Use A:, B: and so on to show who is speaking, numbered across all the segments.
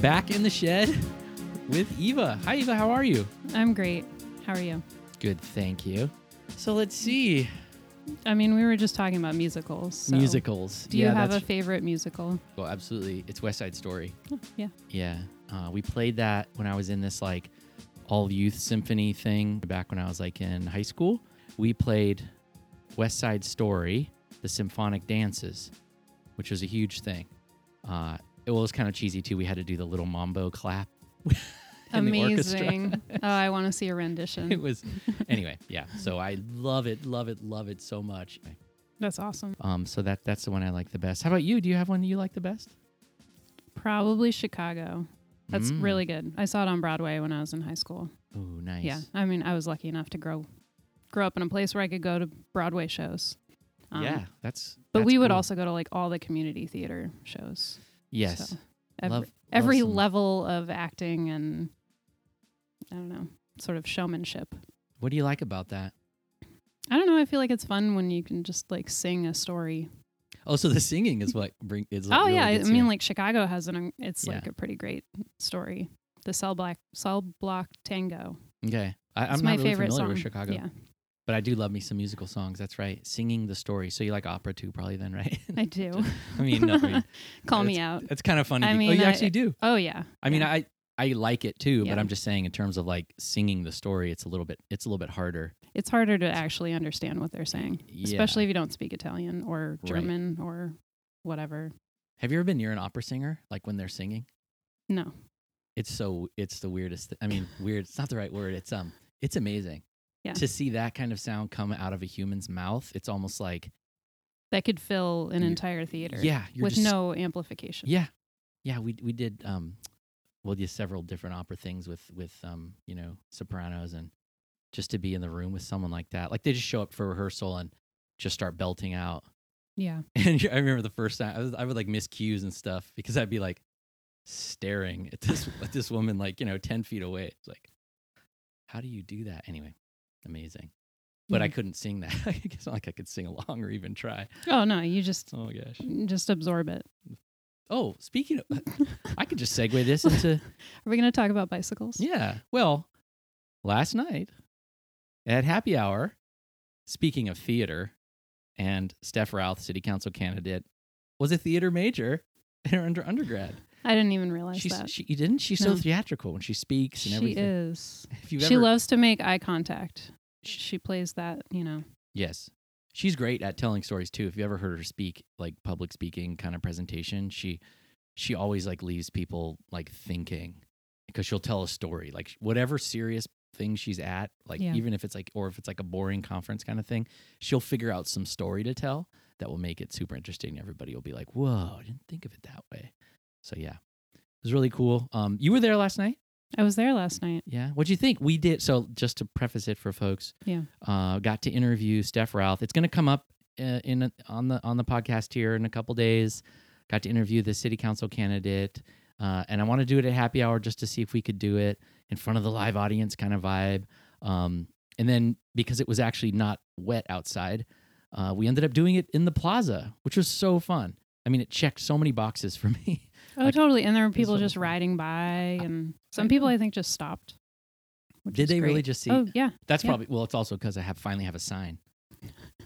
A: back in the shed with Eva. Hi, Eva. How are you?
B: I'm great. How are you?
A: Good, thank you. So let's see
B: I mean, we were just talking about musicals. so-
A: musicals.
B: Do you
A: yeah,
B: have a
A: that's
B: favorite musical?
A: oh, absolutely. It's West Side Story.
B: Yeah.
A: Yeah, uh, we played that when I was in this like all youth symphony thing back when I was like in high school. We played West Side Story, the symphonic dances, which was a huge thing. Uh, it was kind of cheesy too. We had to do the little mambo clap. in the orchestra.
B: Amazing. oh, I want to see a
A: It
B: rendition.
A: was anyway, yeah. So I love it, love it, love it so much.
B: That's awesome.
A: Um, so that that's the one I like the best. How about you? Do you have one that you like the best?
B: Probably Chicago. That's
A: Mm.
B: really good. I saw it on Broadway when I was in high school.
A: Oh, nice.
B: Yeah. I mean, I was lucky enough to grow grow up in a place where I could go to Broadway shows. Um,
A: yeah, that's.
B: But
A: that's
B: we would
A: cool.
B: also go to like all the community theater shows.
A: Yes.
B: so Every,
A: Love- love
B: every
A: some-
B: level of acting and I don't know, sort of showmanship.
A: What do you like about that?
B: I don't know. I feel like it's fun when you can just like sing a story.
A: Oh, so the singing is what bring is. what
B: oh
A: really
B: yeah, I I
A: gets
B: mean
A: you.
B: like Chicago has an it's
A: Yeah.
B: like a pretty great story. The Cell Block Cell Block Tango.
A: okay. I, I'm
B: it's
A: not
B: my
A: really
B: favorite
A: familiar
B: song.
A: with Chicago,
B: Yeah,
A: but I do love me some musical songs. That's right, singing the story. So you like opera too, probably then, right?
B: I do.
A: I mean, no, I mean,
B: Call me out.
A: it's kind of funny.
B: I
A: be- oh,
B: mean,
A: you
B: I-
A: actually do.
B: Oh yeah.
A: I mean,
B: yeah.
A: I I like it too, but
B: Yeah.
A: I'm just saying in terms of like singing the story, it's a little bit it's a little bit harder.
B: it's harder to actually understand what they're saying,
A: Yeah.
B: especially if you don't speak Italian or
A: Right.
B: German or whatever.
A: Have you ever been near an opera singer? Like when they're singing,
B: No,
A: it's so it's the weirdest. Th- I mean, weird. It's not the right word. It's um, it's amazing.
B: Yeah.
A: To see that kind of sound come out of a human's mouth, it's almost like
B: that could fill an
A: You-
B: entire theater.
A: Mm. yeah, you're
B: with
A: just,
B: no amplification.
A: yeah, yeah. We we did um, well, did several different opera things with with um, you know, sopranos and just to be in the room with someone like that, like they just show up for rehearsal and just start belting out.
B: Yeah.
A: And I remember the first time I, was, I would like miss cues and stuff because I'd be like staring at this at this woman like you know ten feet away. It's like, how do you do that anyway? Amazing, but I
B: Mhm.
A: couldn't sing that. I guess not like I could sing along or even try.
B: Oh no, you just
A: Oh my gosh.
B: just absorb it.
A: Oh, speaking of, I could just segue this into
B: Are we going to talk about bicycles?
A: yeah. Well, last night at happy hour, speaking of theater, and Steph Routh, city council candidate, was a theater major in her under undergrad.
B: I didn't even realize
A: She's
B: that.
A: she you didn't she's so
B: No.
A: theatrical when she speaks and
B: She
A: everything.
B: is.
A: If you
B: She loves to make eye contact. She plays that, you know.
A: yes, she's great at telling stories too. If you ever heard her speak like public speaking kind of presentation, she she always like leaves people like thinking because she'll tell a story like whatever serious thing she's at like
B: Yeah.
A: even if it's like or if it's like a boring conference kind of thing she'll figure out some story to tell that will make it super interesting everybody will be like whoa i didn't think of it that way so yeah it was really cool um you were there last night
B: I was there last night.
A: Yeah. What'd you think? We did. So, just to preface it for folks,
B: Yeah.
A: uh, got to interview Steph Routh. It's going to come up uh, in a, on the on the podcast here in a couple days. Got to interview the city council candidate, uh, and I want to do it at happy hour just to see if we could do it in front of the live audience kind of vibe. Um, and then because it was actually not wet outside, uh, we ended up doing it in the plaza, which was so fun. I mean, it checked so many boxes for me.
B: Oh,
A: Like,
B: totally. And there were people
A: what
B: just
A: I'm-
B: riding by,
A: I- "Oh."
B: and some people I think just stopped. which
A: Did
B: was
A: they really
B: great.
A: just see?
B: Oh yeah,
A: That's
B: Yeah.
A: probably well. It's also because I have finally have a sign.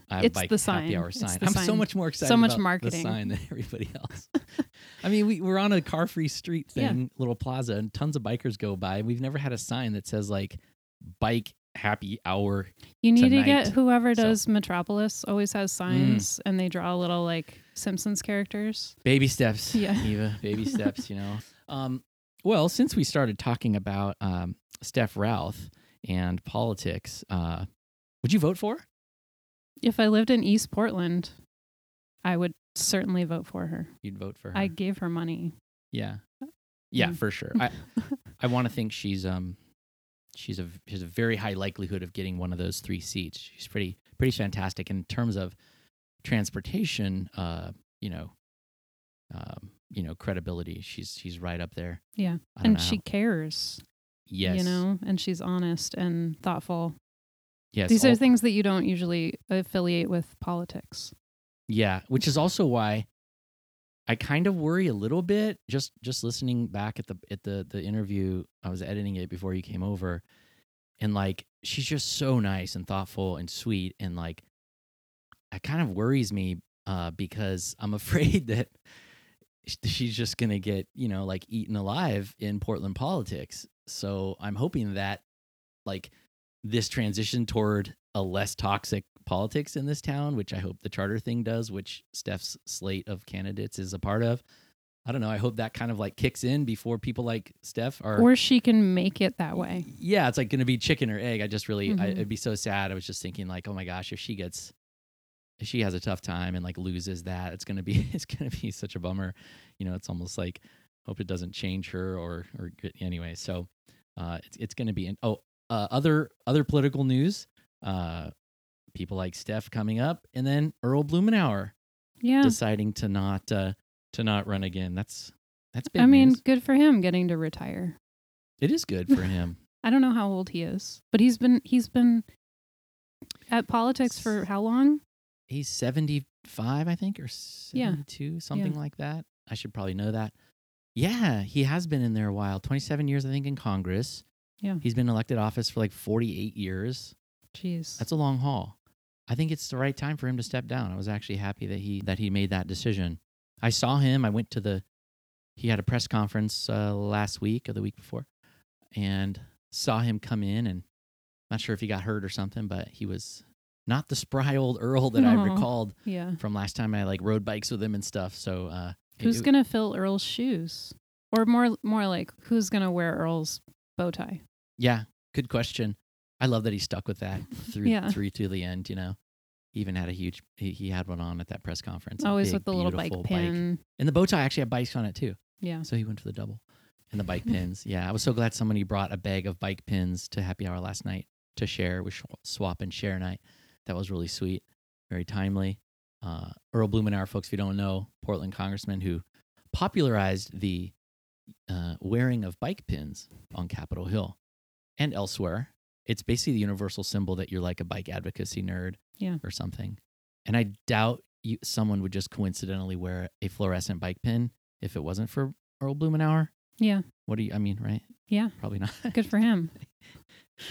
A: I have
B: It's
A: like
B: the
A: Happy
B: sign.
A: hour
B: It's
A: sign.
B: the
A: I'm so
B: sign.
A: much more excited.
B: much
A: about
B: marketing.
A: The sign than everybody else. I mean, we we're on a car-free street
B: Yeah.
A: thing, little plaza, and tons of bikers go by. and We've never had a sign that says like bike happy hour.
B: you need to
A: tonight,
B: get whoever
A: so- Mm.
B: does Metropolis always has signs, and they draw little like Simpsons characters.
A: Baby steps,
B: Yeah.
A: Eva. Baby steps. You know. Um, well, since we started talking about um, Steph Routh and politics, uh, would you vote for? her?
B: If I lived in East Portland, I would certainly vote for her.
A: You'd vote for her.
B: I gave her money.
A: Yeah. Yeah,
B: Mm.
A: for sure. I I want to think she's um she's a she's a very high likelihood of getting one of those three seats. She's pretty pretty fantastic in terms of transportation uh, you know, um, you know, credibility. She's she's right up there.
B: Yeah.
A: I don't
B: and
A: know
B: she
A: how-
B: cares.
A: yes.
B: you know, and she's honest and thoughtful.
A: Yes.
B: These
A: all-
B: are things that you don't usually affiliate with politics.
A: Yeah, which is also why I kind of worry a little bit just just listening back at the at the the interview. I was editing it before you came over, and like she's just so nice and thoughtful and sweet, and like it kind of worries me uh, because I'm afraid that sh- she's just gonna get you know like eaten alive in Portland politics. So I'm hoping that like this transition toward a less toxic politics in this town, which I hope the charter thing does, which Steph's slate of candidates is a part of. I don't know. I hope that kind of like kicks in before people like Steph are.
B: Or she can make it that way.
A: yeah, it's like going to be chicken or egg. I just really, I,
B: Mhm.
A: it'd be so sad. I was just thinking like, oh my gosh, if she gets, if she has a tough time and like loses that, it's going to be, it's going to be such a bummer. You know, it's almost like hope it doesn't change her or, or get- anyway. So, uh, it's, it's going to be, an, oh, uh, other, other political news, uh, people like Steph coming up and then Earl Blumenauer
B: Yeah.
A: deciding to not, uh, to not run again. That's, that's big
B: I mean,
A: news.
B: good for him getting to retire.
A: It is good for him.
B: I don't know how old he is, but he's been he's been at politics for how long?
A: he's 75 i think or
B: Yeah.
A: 72 something like that i should probably know that yeah he has been in there a while 27 years i think in congress
B: Yeah.
A: he's been elected office for like 48 years
B: Jeez.
A: that's a long haul i think it's the right time for him to step down i was actually happy that he that he made that decision i saw him i went to the he had a press conference uh, last week or the week before and saw him come in and not sure if he got hurt or something but he was not the spry old earl that i
B: No.
A: recalled
B: yeah.
A: from last time I like rode bikes with him and stuff. So uh it-
B: Who's
A: it-
B: gonna fill Earl's shoes? Or more more like who's gonna wear Earl's bow tie?
A: yeah, good question. I love that he stuck with that through
B: Yeah.
A: through to the end, you know. He even had a huge he, he had one on at that press conference. a
B: Always
A: big,
B: with the little bike
A: beautiful
B: pin.
A: And the bow tie actually had bikes on it too.
B: Yeah. Hmm.
A: So he went for the double. And the bike pins. Yeah, I was so glad somebody brought a bag of bike pins to happy hour last night to share with swap and share night. That was really sweet, very timely. Uh, Earl Blumenauer, folks, if you don't know, Portland congressman who popularized the uh, wearing of bike pins on Capitol Hill and elsewhere. It's basically the universal symbol that you're like a bike advocacy nerd
B: Yeah.
A: or something. And I doubt you, someone would just coincidentally wear a fluorescent bike pin if it wasn't for Earl Blumenauer.
B: Yeah.
A: What do you, I mean, right?
B: Yeah.
A: Probably not.
B: Good for him.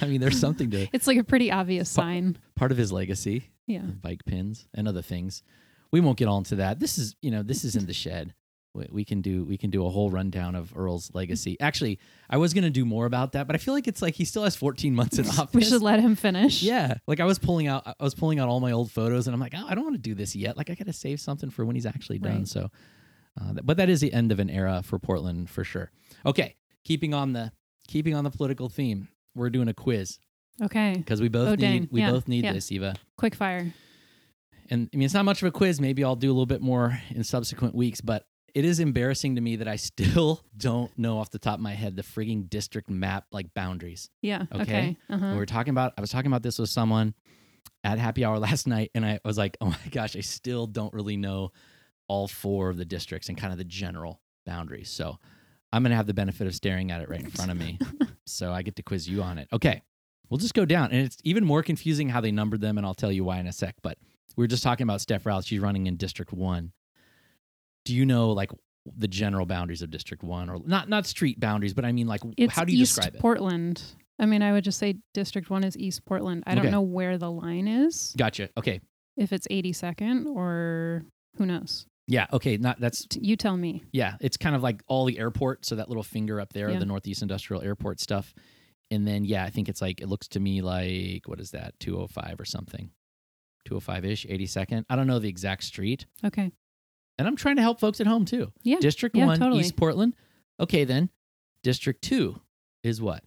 A: I mean, there's something to
B: It's like a pretty obvious
A: Pa-
B: sign.
A: part of his legacy.
B: Yeah.
A: of bike pins and other things. We won't get all into that. This is, you know, this is in the shed. We, we can do we can do a whole rundown of Earl's legacy. Actually, I was gonna do more about that, but I feel like it's like he still has 14 months in office.
B: We should let him finish.
A: yeah, like I was pulling out I was pulling out all my old photos, and I'm like, oh, I don't want to do this yet. Like I gotta save something for when he's actually done.
B: Right.
A: So, uh, th- but that is the end of an era for Portland for sure. Okay, keeping on the keeping on the political theme, we're doing a quiz
B: Okay.
A: because we both
B: Oh,
A: need
B: dang.
A: we
B: Yeah,
A: both need
B: yeah.
A: this, Eva
B: Quick fire.
A: and I mean, it's not much of a quiz. Maybe I'll do a little bit more in subsequent weeks, but it is embarrassing to me that I still don't know off the top of my head the frigging district map like boundaries.
B: Yeah. Okay.
A: Okay. And
B: Uh-huh.
A: we were talking about, I was talking about this with someone at happy hour last night, and I was like, oh my gosh, I still don't really know all four of the districts and kind of the general boundaries. So I'm going to have the benefit of staring at it right in front of me. so I get to quiz you on it. Okay. We'll just go down. And it's even more confusing how they numbered them, and I'll tell you why in a sec. But we were just talking about Steph Rouse. She's running in District 1. Do you know, like, the general boundaries of District 1 or not not street boundaries, but I mean, like,
B: It's
A: how do you
B: East
A: describe it?
B: Portland. I mean, I would just say District 1 is East Portland. I don't
A: Okay.
B: know where the line is,
A: Gotcha. Okay.
B: if it's 82nd or who knows.
A: Yeah. Okay. Not that's
B: T- You tell me.
A: yeah. It's kind of like all the airport. So that little finger up there,
B: Yeah.
A: the Northeast Industrial Airport stuff. And then yeah, I think it's like it looks to me like what is that? Two oh five or something. Two oh five ish, eighty second. I don't know the exact street.
B: Okay.
A: And I'm trying to help folks at home too.
B: Yeah,
A: District
B: yeah,
A: one,
B: totally.
A: East Portland. Okay then. District two is what?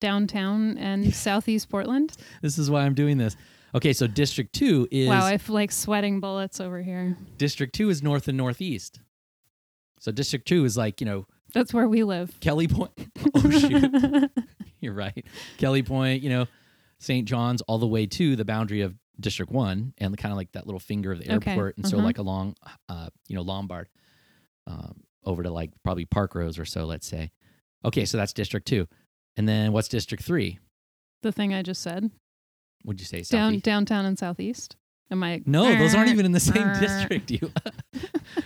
B: Downtown and Southeast Portland.
A: This is why I'm doing this. Okay, so District two is
B: wow, I'm like sweating bullets over here.
A: District two is north and northeast. So District two is like, you know,
B: That's where we live.
A: Kelly Point. Oh shoot. You're right. Kelly Point, you know, St. John's, all the way to the boundary of District One, and kind of like that little finger of the
B: Okay,
A: airport, and so
B: uh-huh.
A: like along, uh, you know, Lombard, um, over to like probably Park Rose or so, let's say. Okay, so that's District Two, and then what's District Three?
B: the thing I just said.
A: Would you say
B: Down,
A: Southeast?
B: downtown and Southeast. Am I?
A: No, those aren't even in the same
B: Err.
A: district. You,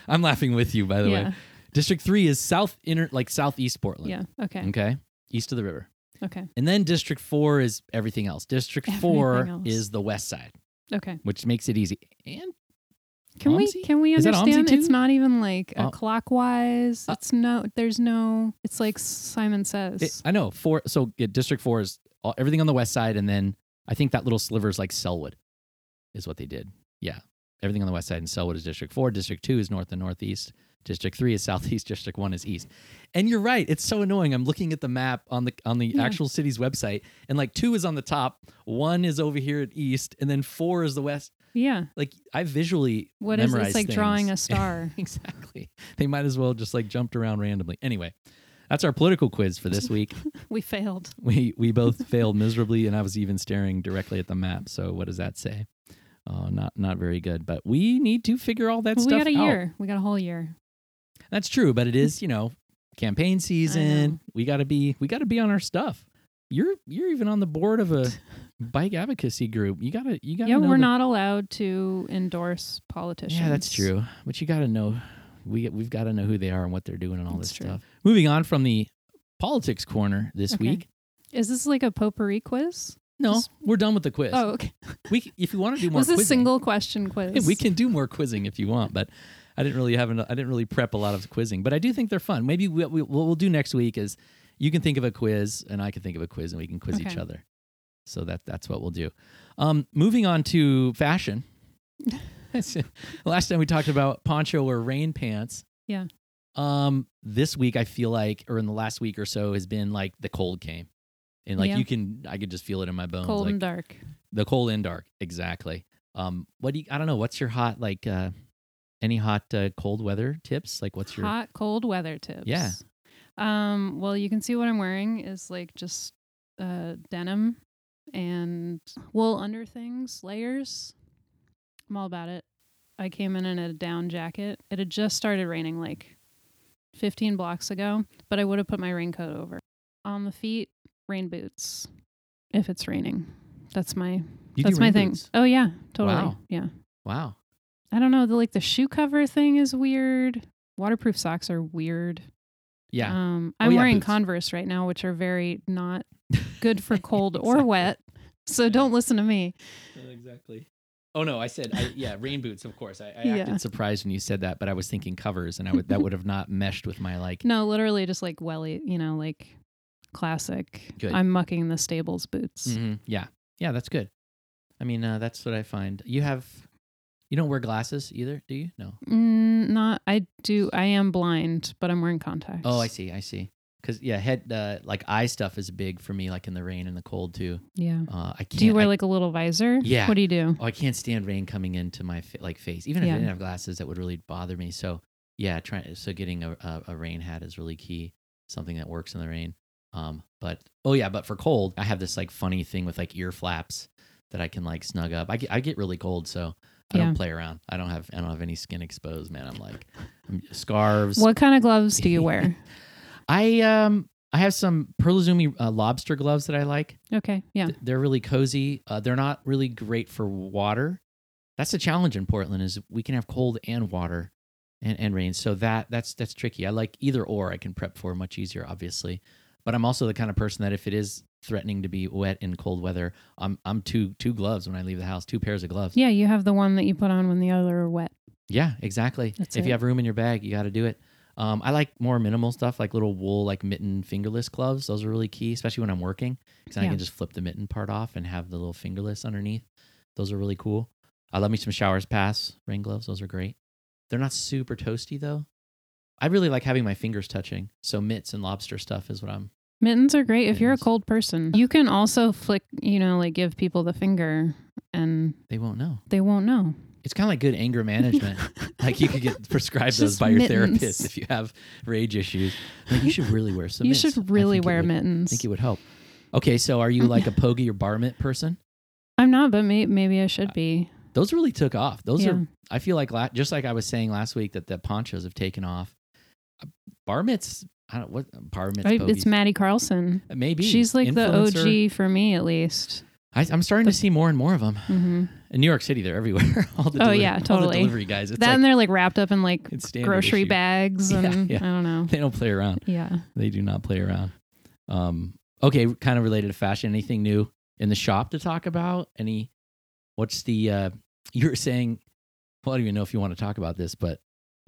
A: I'm laughing with you, by the
B: yeah.
A: way. District three is south inner, like southeast Portland.
B: Yeah. Okay.
A: Okay. East of the river,
B: Okay.
A: and then District four is everything else. District four
B: Everything else.
A: is the west side,
B: Okay.
A: which makes it easy. And
B: Can we
A: Omsi?
B: can we
A: Is that
B: understand?
A: Omsi
B: It's
A: too?
B: not even like a
A: Oh.
B: clockwise.
A: Uh,
B: It's no. There's no. It's like Simon says.
A: it, I know four. So yeah, District four is all, everything on the west side, and then I think that little sliver is like Selwood, is what they did. Yeah, everything on the west side in Selwood is District four. District two is north and northeast. District three is southeast. District one is east. And you're right. It's so annoying. I'm looking at the map on the on the
B: Yeah.
A: actual city's website, and like two is on the top, one is over here at east, and then four is the west.
B: yeah.
A: Like I visually
B: What is it?
A: memorize
B: It's like
A: things.
B: drawing a star.
A: exactly. They might as well just like jumped around randomly. Anyway, that's our political quiz for this week
B: we failed.
A: we we both failed miserably and i was even staring directly at the map so what does that say oh not not very good but we need to figure all that
B: Well, we
A: stuff
B: got a
A: out
B: year. We got a whole year.
A: that's true but it is you know campaign
B: know.
A: season we got to be we got to be on our stuff you're you're even on the board of a bike advocacy group you got to you got to
B: Yeah,
A: know
B: we're
A: the-
B: not allowed to endorse politicians.
A: yeah that's true but you got to know we we've got to know who they are and what they're doing and all
B: That's
A: this
B: true.
A: stuff moving on from the politics corner this
B: Okay.
A: week
B: Is this like a potpourri quiz?
A: no
B: Just-
A: we're done with the quiz
B: Oh, okay.
A: we c- if you want to do more
B: Was a
A: quizzing-
B: single question quiz.
A: Hey, we can do more quizzing if you want, but I didn't really have an, I didn't really prep a lot of quizzing, but I do think they're fun. Maybe we, we, what we'll do next week is you can think of a quiz and I can think of a quiz and we can quiz each
B: Okay.
A: other. So that that's what we'll do. Um, moving on to fashion. Last time we talked about poncho or rain pants.
B: Yeah.
A: Um, this week I feel like, or in the last week or so, has been like the cold came, and like
B: Yeah.
A: you can, I could just feel it in my bones.
B: cold
A: like,
B: and dark.
A: the cold and dark, exactly. Um, what do you? I don't know. What's your hot like? uh Any hot uh, cold weather tips? Like, what's your?
B: Hot, cold weather tips.
A: Yeah.
B: Um. Well, you can see what I'm wearing is like just uh, denim and wool under things, layers. I'm all about it. I came in in a down jacket. It had just started raining like 15 blocks ago, but I would have put my raincoat over. On the feet, rain boots. If it's raining, that's my
A: You do
B: that's my
A: rain
B: thing.
A: boots.
B: Oh yeah, totally.
A: Wow.
B: Yeah.
A: Wow.
B: I don't know. The like the shoe cover thing is weird. Waterproof socks are weird.
A: Yeah.
B: Um,
A: Oh,
B: I'm
A: yeah,
B: wearing
A: boots.
B: Converse right now, which are very not good for cold or wet. So don't listen to me.
A: Uh, exactly. Oh no, I said I, yeah, rain boots. Of course, I, I
B: Yeah.
A: acted surprised when you said that, but I was thinking covers, and I would that would have not meshed with my like.
B: No, literally just like welly, you know, like classic.
A: Good.
B: I'm mucking the stables boots.
A: Mhm. Yeah. Yeah, that's good. I mean, uh, that's what I find. You have, you don't wear glasses either, do you? No.
B: Mm, not. I do. I am blind, but I'm wearing contacts.
A: Oh, I see. I see. Because yeah, head uh, like eye stuff is big for me, like in the rain and the cold too.
B: Yeah.
A: Uh, I can't.
B: Mm-hmm. Do you wear
A: I-
B: like a little visor?
A: Yeah.
B: What do you do?
A: Oh, I can't stand rain coming into my fa- like face. Even if
B: Yeah.
A: I didn't have glasses, that would really bother me. So yeah, trying so getting a, a, a rain hat is really key. Something that works in the rain. Um, but oh yeah, but for cold, I have this like funny thing with like ear flaps that I can like snug up. I get, I get really cold, so I
B: Yeah.
A: don't play around. I don't have I don't have any skin exposed, man. I'm like I'm, scarves.
B: What kind of gloves do you wear?
A: I um I have some Perlizumi uh, lobster gloves that I like.
B: okay. Yeah.
A: Th- They're really cozy. Uh, they're not really great for water. That's the challenge in Portland is we can have cold and water and, and rain. So that that's that's tricky. I like either or I can prep for much easier, obviously. But I'm also the kind of person that if it is threatening to be wet in cold weather, I'm I'm two two gloves when I leave the house, two pairs of gloves.
B: Yeah. You have the one that you put on when the other are wet.
A: Yeah, exactly.
B: That's
A: if
B: it.
A: you have room in your bag, you got to do it. Um, I like more minimal stuff, like little wool, like mitten fingerless gloves. Those are really key, especially when I'm working, because I
B: Yeah.
A: can just flip the mitten part off and have the little fingerless underneath. Those are really cool. I love me some showers pass rain gloves. Those are great. They're not super toasty though. I really like having my fingers touching. So mitts and lobster stuff is what I'm.
B: Mittens are great if you're a
A: Mittens.
B: cold person. You can also flick, you know, like give people the finger and
A: They won't know.
B: they won't know.
A: It's kind of like good anger management. like you could get prescribed those
B: Just
A: by your
B: mittens.
A: therapist if you have rage issues. Like you should really wear some.
B: you
A: mitts. I
B: should really
A: think it
B: wear
A: would-
B: mittens.
A: think it would help. Okay, so are you like a pogi or bar mitt person?
B: I'm not, but may- maybe I
A: Uh,
B: should be.
A: Those really took off. Those
B: yeah.
A: are, I feel like, la- just like I was saying last week, that the ponchos have taken off. Uh, Bar mitts, I don't what bar mitts.
B: Right?
A: pogies. Uh,
B: It's Maddie Carlson.
A: Maybe
B: She's like
A: Influencer.
B: the OG for me, at least.
A: I, I'm starting to see more and more of them
B: Mm-hmm.
A: in New York City. They're everywhere. all the
B: Oh,
A: delivery,
B: yeah,
A: all the
B: totally.
A: delivery guys. It's
B: That and
A: like
B: they're like wrapped up in like
A: it's standard
B: grocery
A: issue.
B: bags
A: Yeah,
B: and
A: yeah.
B: I don't know.
A: They don't play around.
B: Yeah.
A: They do not play around. Um, okay, kind of related to fashion. Anything new in the shop to talk about? Any? What's the? Uh, you were saying. Well, I don't even know if you want to talk about this, but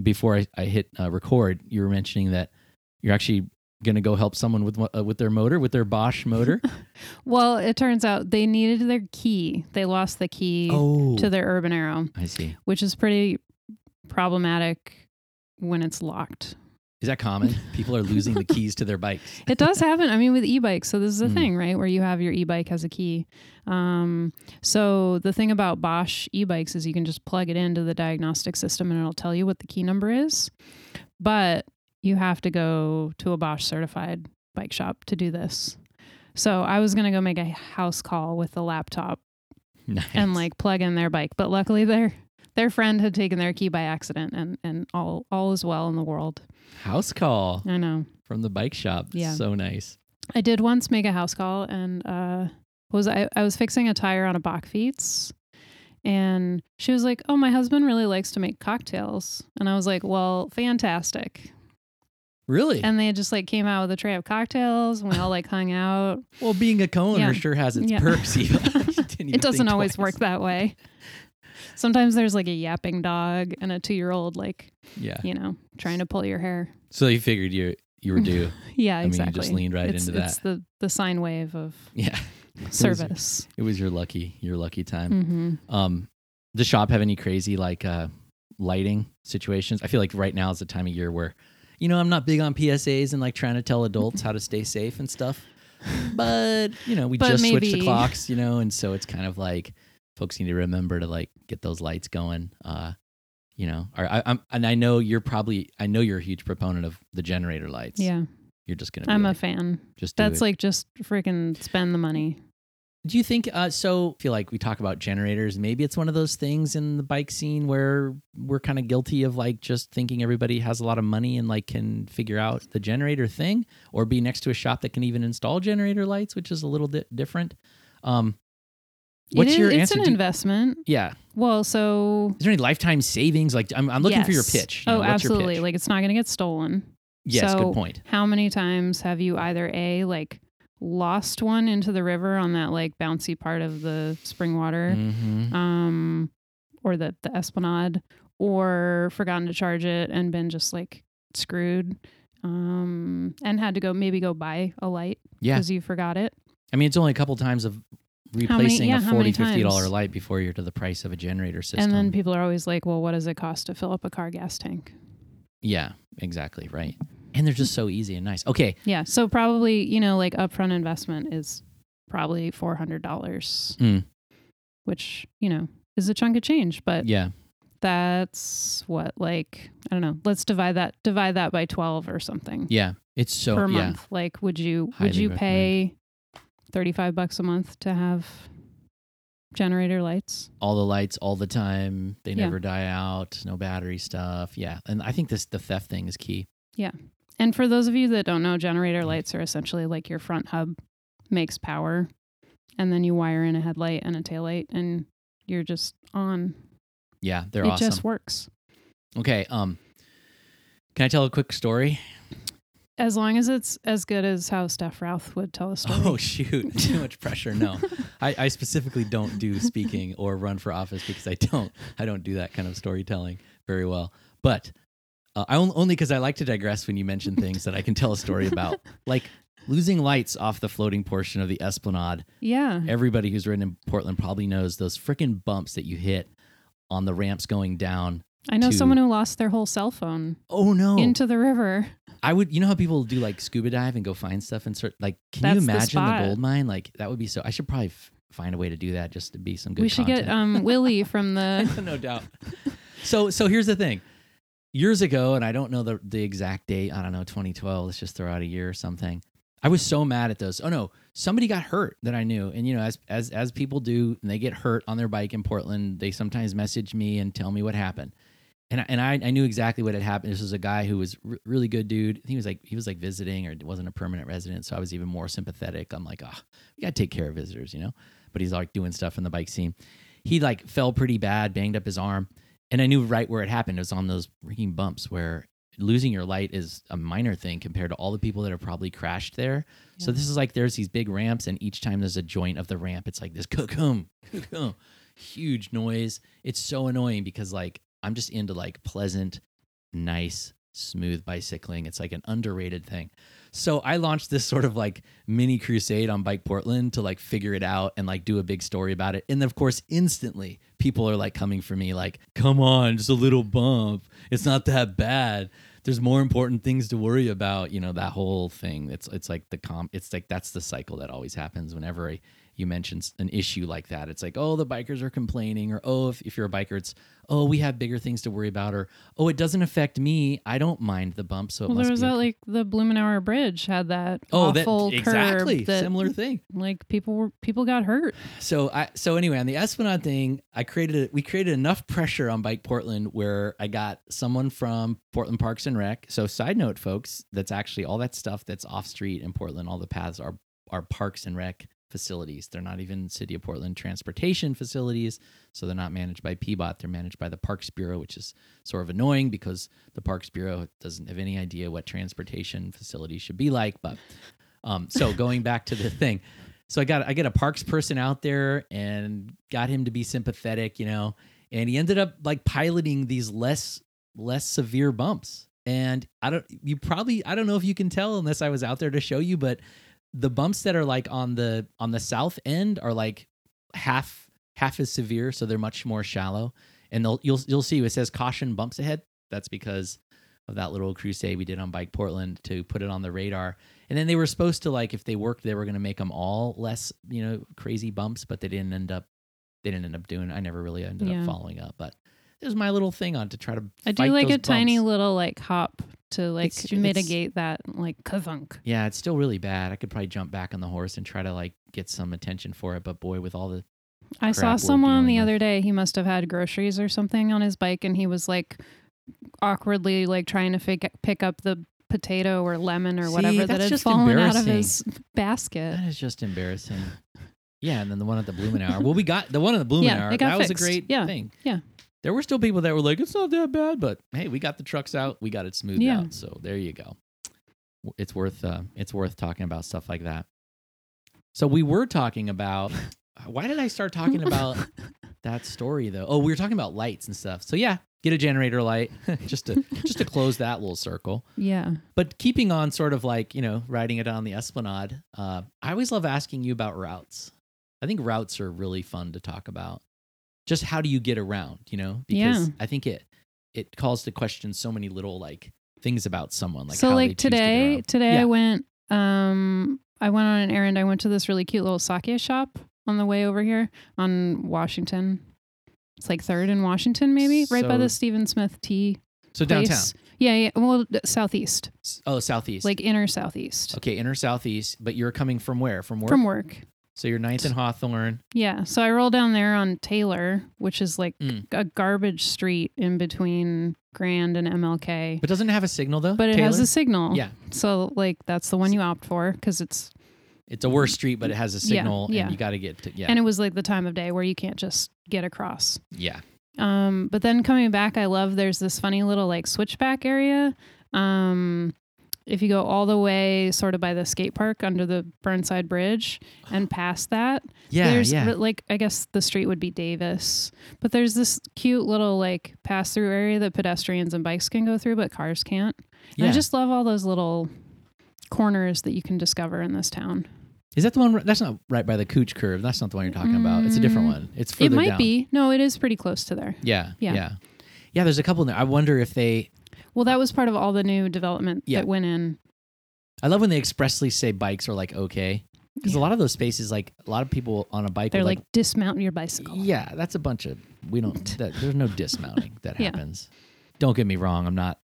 A: before I, I hit uh, record, you were mentioning that you're actually going to go help someone with what- uh, with their motor, with their Bosch motor.
B: Well, it turns out they needed their key. They lost the key
A: oh,
B: to their urban arrow,
A: I see.
B: which is pretty problematic when it's locked.
A: Is that common? People are losing the keys to their bikes.
B: It does happen. I mean, with e-bikes. So this is the
A: Mm.
B: thing, right? Where you have your e-bike as a key. Um, so the thing about Bosch e-bikes is you can just plug it into the diagnostic system and it'll tell you what the key number is. But you have to go to a Bosch certified bike shop to do this. So I was gonna go make a house call with the laptop
A: Nice.
B: and like plug in their bike. But luckily their their friend had taken their key by accident and, and all all is well in the world.
A: house call
B: I know.
A: from the bike shop.
B: Yeah.
A: So nice.
B: I did once make a house call and uh what was I I was fixing a tire on a Bachfeets and she was like, "Oh, my husband really likes to make cocktails." And I was like, "Well, fantastic."
A: Really?
B: And they just like came out with a tray of cocktails and we all like hung out.
A: well, being a co-owner
B: Yeah.
A: sure has its
B: Yeah.
A: perks. Eva. You didn't even
B: It doesn't
A: think
B: always
A: twice.
B: work that way. Sometimes there's like a yapping dog and a 2-year-old like,
A: Yeah.
B: you know, trying to pull your hair.
A: So you figured you you were due.
B: Yeah,
A: I mean, you just
B: exactly.
A: leaned right
B: it's,
A: into that.
B: It's the the sine wave of
A: yeah.
B: service.
A: It was your lucky your lucky time.
B: Mhm.
A: Um, does shop have any crazy like uh lighting situations? I feel like right now is the time of year where, you know, I'm not big on PSAs and like trying to tell adults how to stay safe and stuff. But you know, we
B: But
A: just switched the
B: maybe-
A: clocks, you know, and so it's kind of like folks need to remember to like get those lights going. Uh, you know, or I, I'm, and I know you're probably, I know you're a huge proponent of the generator lights.
B: Yeah,
A: you're just gonna. Be
B: I'm a
A: like,
B: fan.
A: just do
B: That's
A: it.
B: like just freaking spend the money.
A: Do you think uh, so? I feel like we talk about generators. Maybe it's one of those things in the bike scene where we're kind of guilty of like just thinking everybody has a lot of money and like can figure out the generator thing or be next to a shop that can even install generator lights, which is a little bit different. Um, what's
B: it is,
A: your
B: it's
A: answer?
B: an
A: Do-
B: investment.
A: yeah.
B: Well, so
A: Is there any lifetime savings? Like, I'm, I'm looking for your
B: yes.
A: pitch. You know,
B: oh,
A: what's your
B: absolutely.
A: pitch?
B: Like it's not going to get stolen.
A: yes,
B: so-
A: good point.
B: How many times have you either a like lost one into the river on that like bouncy part of the spring water,
A: Mhm.
B: um, or the the esplanade, or forgotten to charge it and been just like screwed, um, and had to go maybe go buy a light
A: Yeah.
B: because you forgot it.
A: I mean, it's only a couple times of
B: many-
A: replacing
B: yeah,
A: a
B: how
A: 40
B: many
A: 50 dollar
B: times?
A: light before you're to the price of a generator system.
B: And then people are always like, well, what does it cost to fill up a car gas tank?
A: Yeah, exactly. Right. And they're just so easy and nice. Okay.
B: Yeah. So probably, you know, like upfront investment is probably $400,
A: Mm.
B: which, you know, is a chunk of change, but
A: Yeah.
B: that's what like, I don't know, let's divide that divide that by 12 or something
A: Yeah. It's so,
B: per
A: yeah.
B: month. Like would you would
A: Highly
B: you pay 35 bucks a month to have generator lights?
A: All the lights all the time. They
B: Yeah.
A: never die out. No battery stuff. Yeah. And I think this, the theft thing is key.
B: And for those of you that don't know, generator lights are essentially like your front hub makes power, and then you wire in a headlight and a taillight, and you're just on.
A: Yeah. They're
B: it
A: awesome.
B: just works.
A: okay. Um, can I tell a quick story?
B: As long as it's as good as how Steph Routh would tell a story.
A: Oh shoot, too much pressure. No, I, I specifically don't do speaking or run for office because I don't. I don't do that kind of storytelling very well. But uh, I on- only because I like to digress when you mention things that I can tell a story about, like losing lights off the floating portion of the Esplanade.
B: yeah.
A: Everybody who's ridden in Portland probably knows those freaking bumps that you hit on the ramps going down.
B: I know
A: to-
B: someone who lost their whole cell phone
A: Oh no!
B: into the river.
A: I would, you know how people do like scuba dive and go find stuff and sort like, can
B: That's
A: you
B: the
A: imagine the,
B: spot.
A: gold mine? Like that would be so. I should probably f- find a way to do that just to be some good.
B: we should get
A: content.
B: um, Willie from the.
A: no doubt. So so here's the thing. Years ago, and I don't know the the exact date. I don't know 2012. Let's just throw out a year or something. I was so mad at those. Oh no, somebody got hurt that I knew. And you know, as as as people do, and they get hurt on their bike in Portland, they sometimes message me and tell me what happened. And I, and I, I knew exactly what had happened. This was a guy who was r- really good dude. I think He was like he was like visiting or wasn't a permanent resident, so I was even more sympathetic. I'm like, ah, we gotta take care of visitors, you know. but he's like doing stuff in the bike scene. He like fell pretty bad, banged up his arm, and I knew right where it happened. It was on those freaking bumps where losing your light is a minor thing compared to all the people that have probably crashed there. So
B: Yeah.
A: this is like there's these big ramps, and each time there's a joint of the ramp, it's like this cocoon, cocoon, huge noise. It's so annoying because like I'm just into like pleasant, nice, smooth bicycling. It's like an underrated thing. So I launched this sort of like mini crusade on Bike Portland to like figure it out and like do a big story about it. And of course, instantly people are like coming for me, like, come on, just a little bump. It's not that bad. There's more important things to worry about, you know, that whole thing. It's it's like the comp it's like that's the cycle that always happens whenever I, you mention s- an issue like that. It's like, oh, the bikers are complaining, or oh, if, if you're a biker, it's oh, we have bigger things to worry about, or oh, it doesn't affect me. I don't mind the bump, so it
B: Well,
A: must
B: there was
A: be
B: that
A: okay."
B: like the Blumenauer Bridge had that
A: Oh, that
B: awful
A: exactly
B: curve that
A: similar thing.
B: like people were people got hurt.
A: So I so anyway on the Esplanade thing, I created a, we created enough pressure on Bike Portland where I got someone from Portland Parks and Rec. So side note, folks, that's actually all that stuff that's off street in Portland. All the paths are are Parks and Rec facilities. They're not even City of Portland transportation facilities. So they're not managed by PBOT. They're managed by the Parks Bureau, which is sort of annoying because the Parks Bureau doesn't have any idea what transportation facilities should be like. But um, so going back to the thing, so I got I get a Parks person out there and got him to be sympathetic, you know, and he ended up like piloting these less less severe bumps. And I don't you probably I don't know if you can tell unless I was out there to show you, but the bumps that are like on the on the south end are like half half as severe, so they're much more shallow. And they'll you'll you'll see it says caution bumps ahead. That's because of that little crusade we did on Bike Portland to put it on the radar. And then they were supposed to like if they worked, they were going to make them all less, you know, crazy bumps, but they didn't end up. They didn't end up doing. I never really ended
B: Yeah.
A: up following up, but it was my little thing on to try to.
B: I do
A: fight
B: like
A: those
B: a tiny
A: bumps.
B: little like hop to like
A: It's ju- it's-
B: mitigate that like kavunk.
A: yeah, it's still really bad. I could probably jump back on the horse and try to like get some attention for it, but boy, with all the
B: I
A: crap
B: saw
A: we're
B: someone the
A: dealing with.
B: other day. He must have had groceries or something on his bike, and he was like awkwardly like trying to fig- pick up the potato or lemon or
A: See,
B: whatever that
A: that's
B: had
A: just
B: fallen out of
A: embarrassing.
B: his basket.
A: that is just embarrassing. yeah, and then the one at the Blumenauer. Well, we got the one at the Blumenauer.
B: it got
A: that was
B: fixed.
A: a great
B: Yeah,
A: thing.
B: yeah.
A: There were still people that were like, "It's not that bad," but hey, we got the trucks out. We got it smoothed
B: Yeah.
A: out. So there you go. W- It's worth uh, it's worth talking about stuff like that. So we were talking about. Why did I start talking about that story though? Oh, we were talking about lights and stuff. So yeah, get a generator light just to just to close that little circle.
B: yeah.
A: But keeping on sort of like, you know, riding it on the Esplanade, uh, I always love asking you about routes. I think routes are really fun to talk about. Just how do you get around, you know? Because I think it it calls to question so many little like things about someone like
B: so
A: how
B: like
A: they choose to get
B: today
A: around.
B: today
A: Yeah.
B: i went um i went on an errand i went to this really cute little sake shop on the way over here on washington it's like third in washington maybe right by
A: So-
B: the stephen smith tea
A: so
B: place.
A: downtown.
B: yeah yeah well d- southeast
A: S- Oh, southeast.
B: like inner southeast
A: okay, inner southeast, but you're coming from where? From work?
B: from work
A: so you're ninth and Hawthorne.
B: yeah so i roll down there on taylor which is like
A: Mm.
B: a garbage street in between grand and mlk
A: But doesn't it have a signal though?
B: but it has
A: Taylor?
B: a signal
A: Yeah.
B: so like that's the one you opt for because it's
A: It's a worse street, but it has a
B: Yeah,
A: signal
B: yeah.
A: and you gotta get to yeah.
B: and it was like the time of day where you can't just get across
A: yeah.
B: um but then coming back i love there's this funny little like switchback area um if you go all the way sort of by the skate park under the burnside bridge and past that
A: Yeah.
B: there's
A: yeah.
B: but, like i guess the street would be davis but there's this cute little like pass through area that pedestrians and bikes can go through but cars can't And
A: yeah.
B: i just love all those little corners that you can discover in this town
A: Is that the one? That's not right by the Cooch curve. That's not the one you're talking about. It's a different
B: Mm,
A: one. It's further
B: it might
A: down.
B: be no it is pretty close to there
A: Yeah,
B: Yeah.
A: yeah, yeah, There's a couple in there. I wonder if they.
B: Well, that was part of all the new development
A: Yeah.
B: that went in.
A: I love when they expressly say bikes are like okay, because
B: Yeah.
A: a lot of those spaces, like a lot of people on a bike,
B: They're
A: are
B: like,
A: like,
B: dismount your bicycle.
A: yeah, that's a bunch of we don't. That, there's no dismounting that
B: Yeah.
A: happens. Don't get me wrong. I'm not.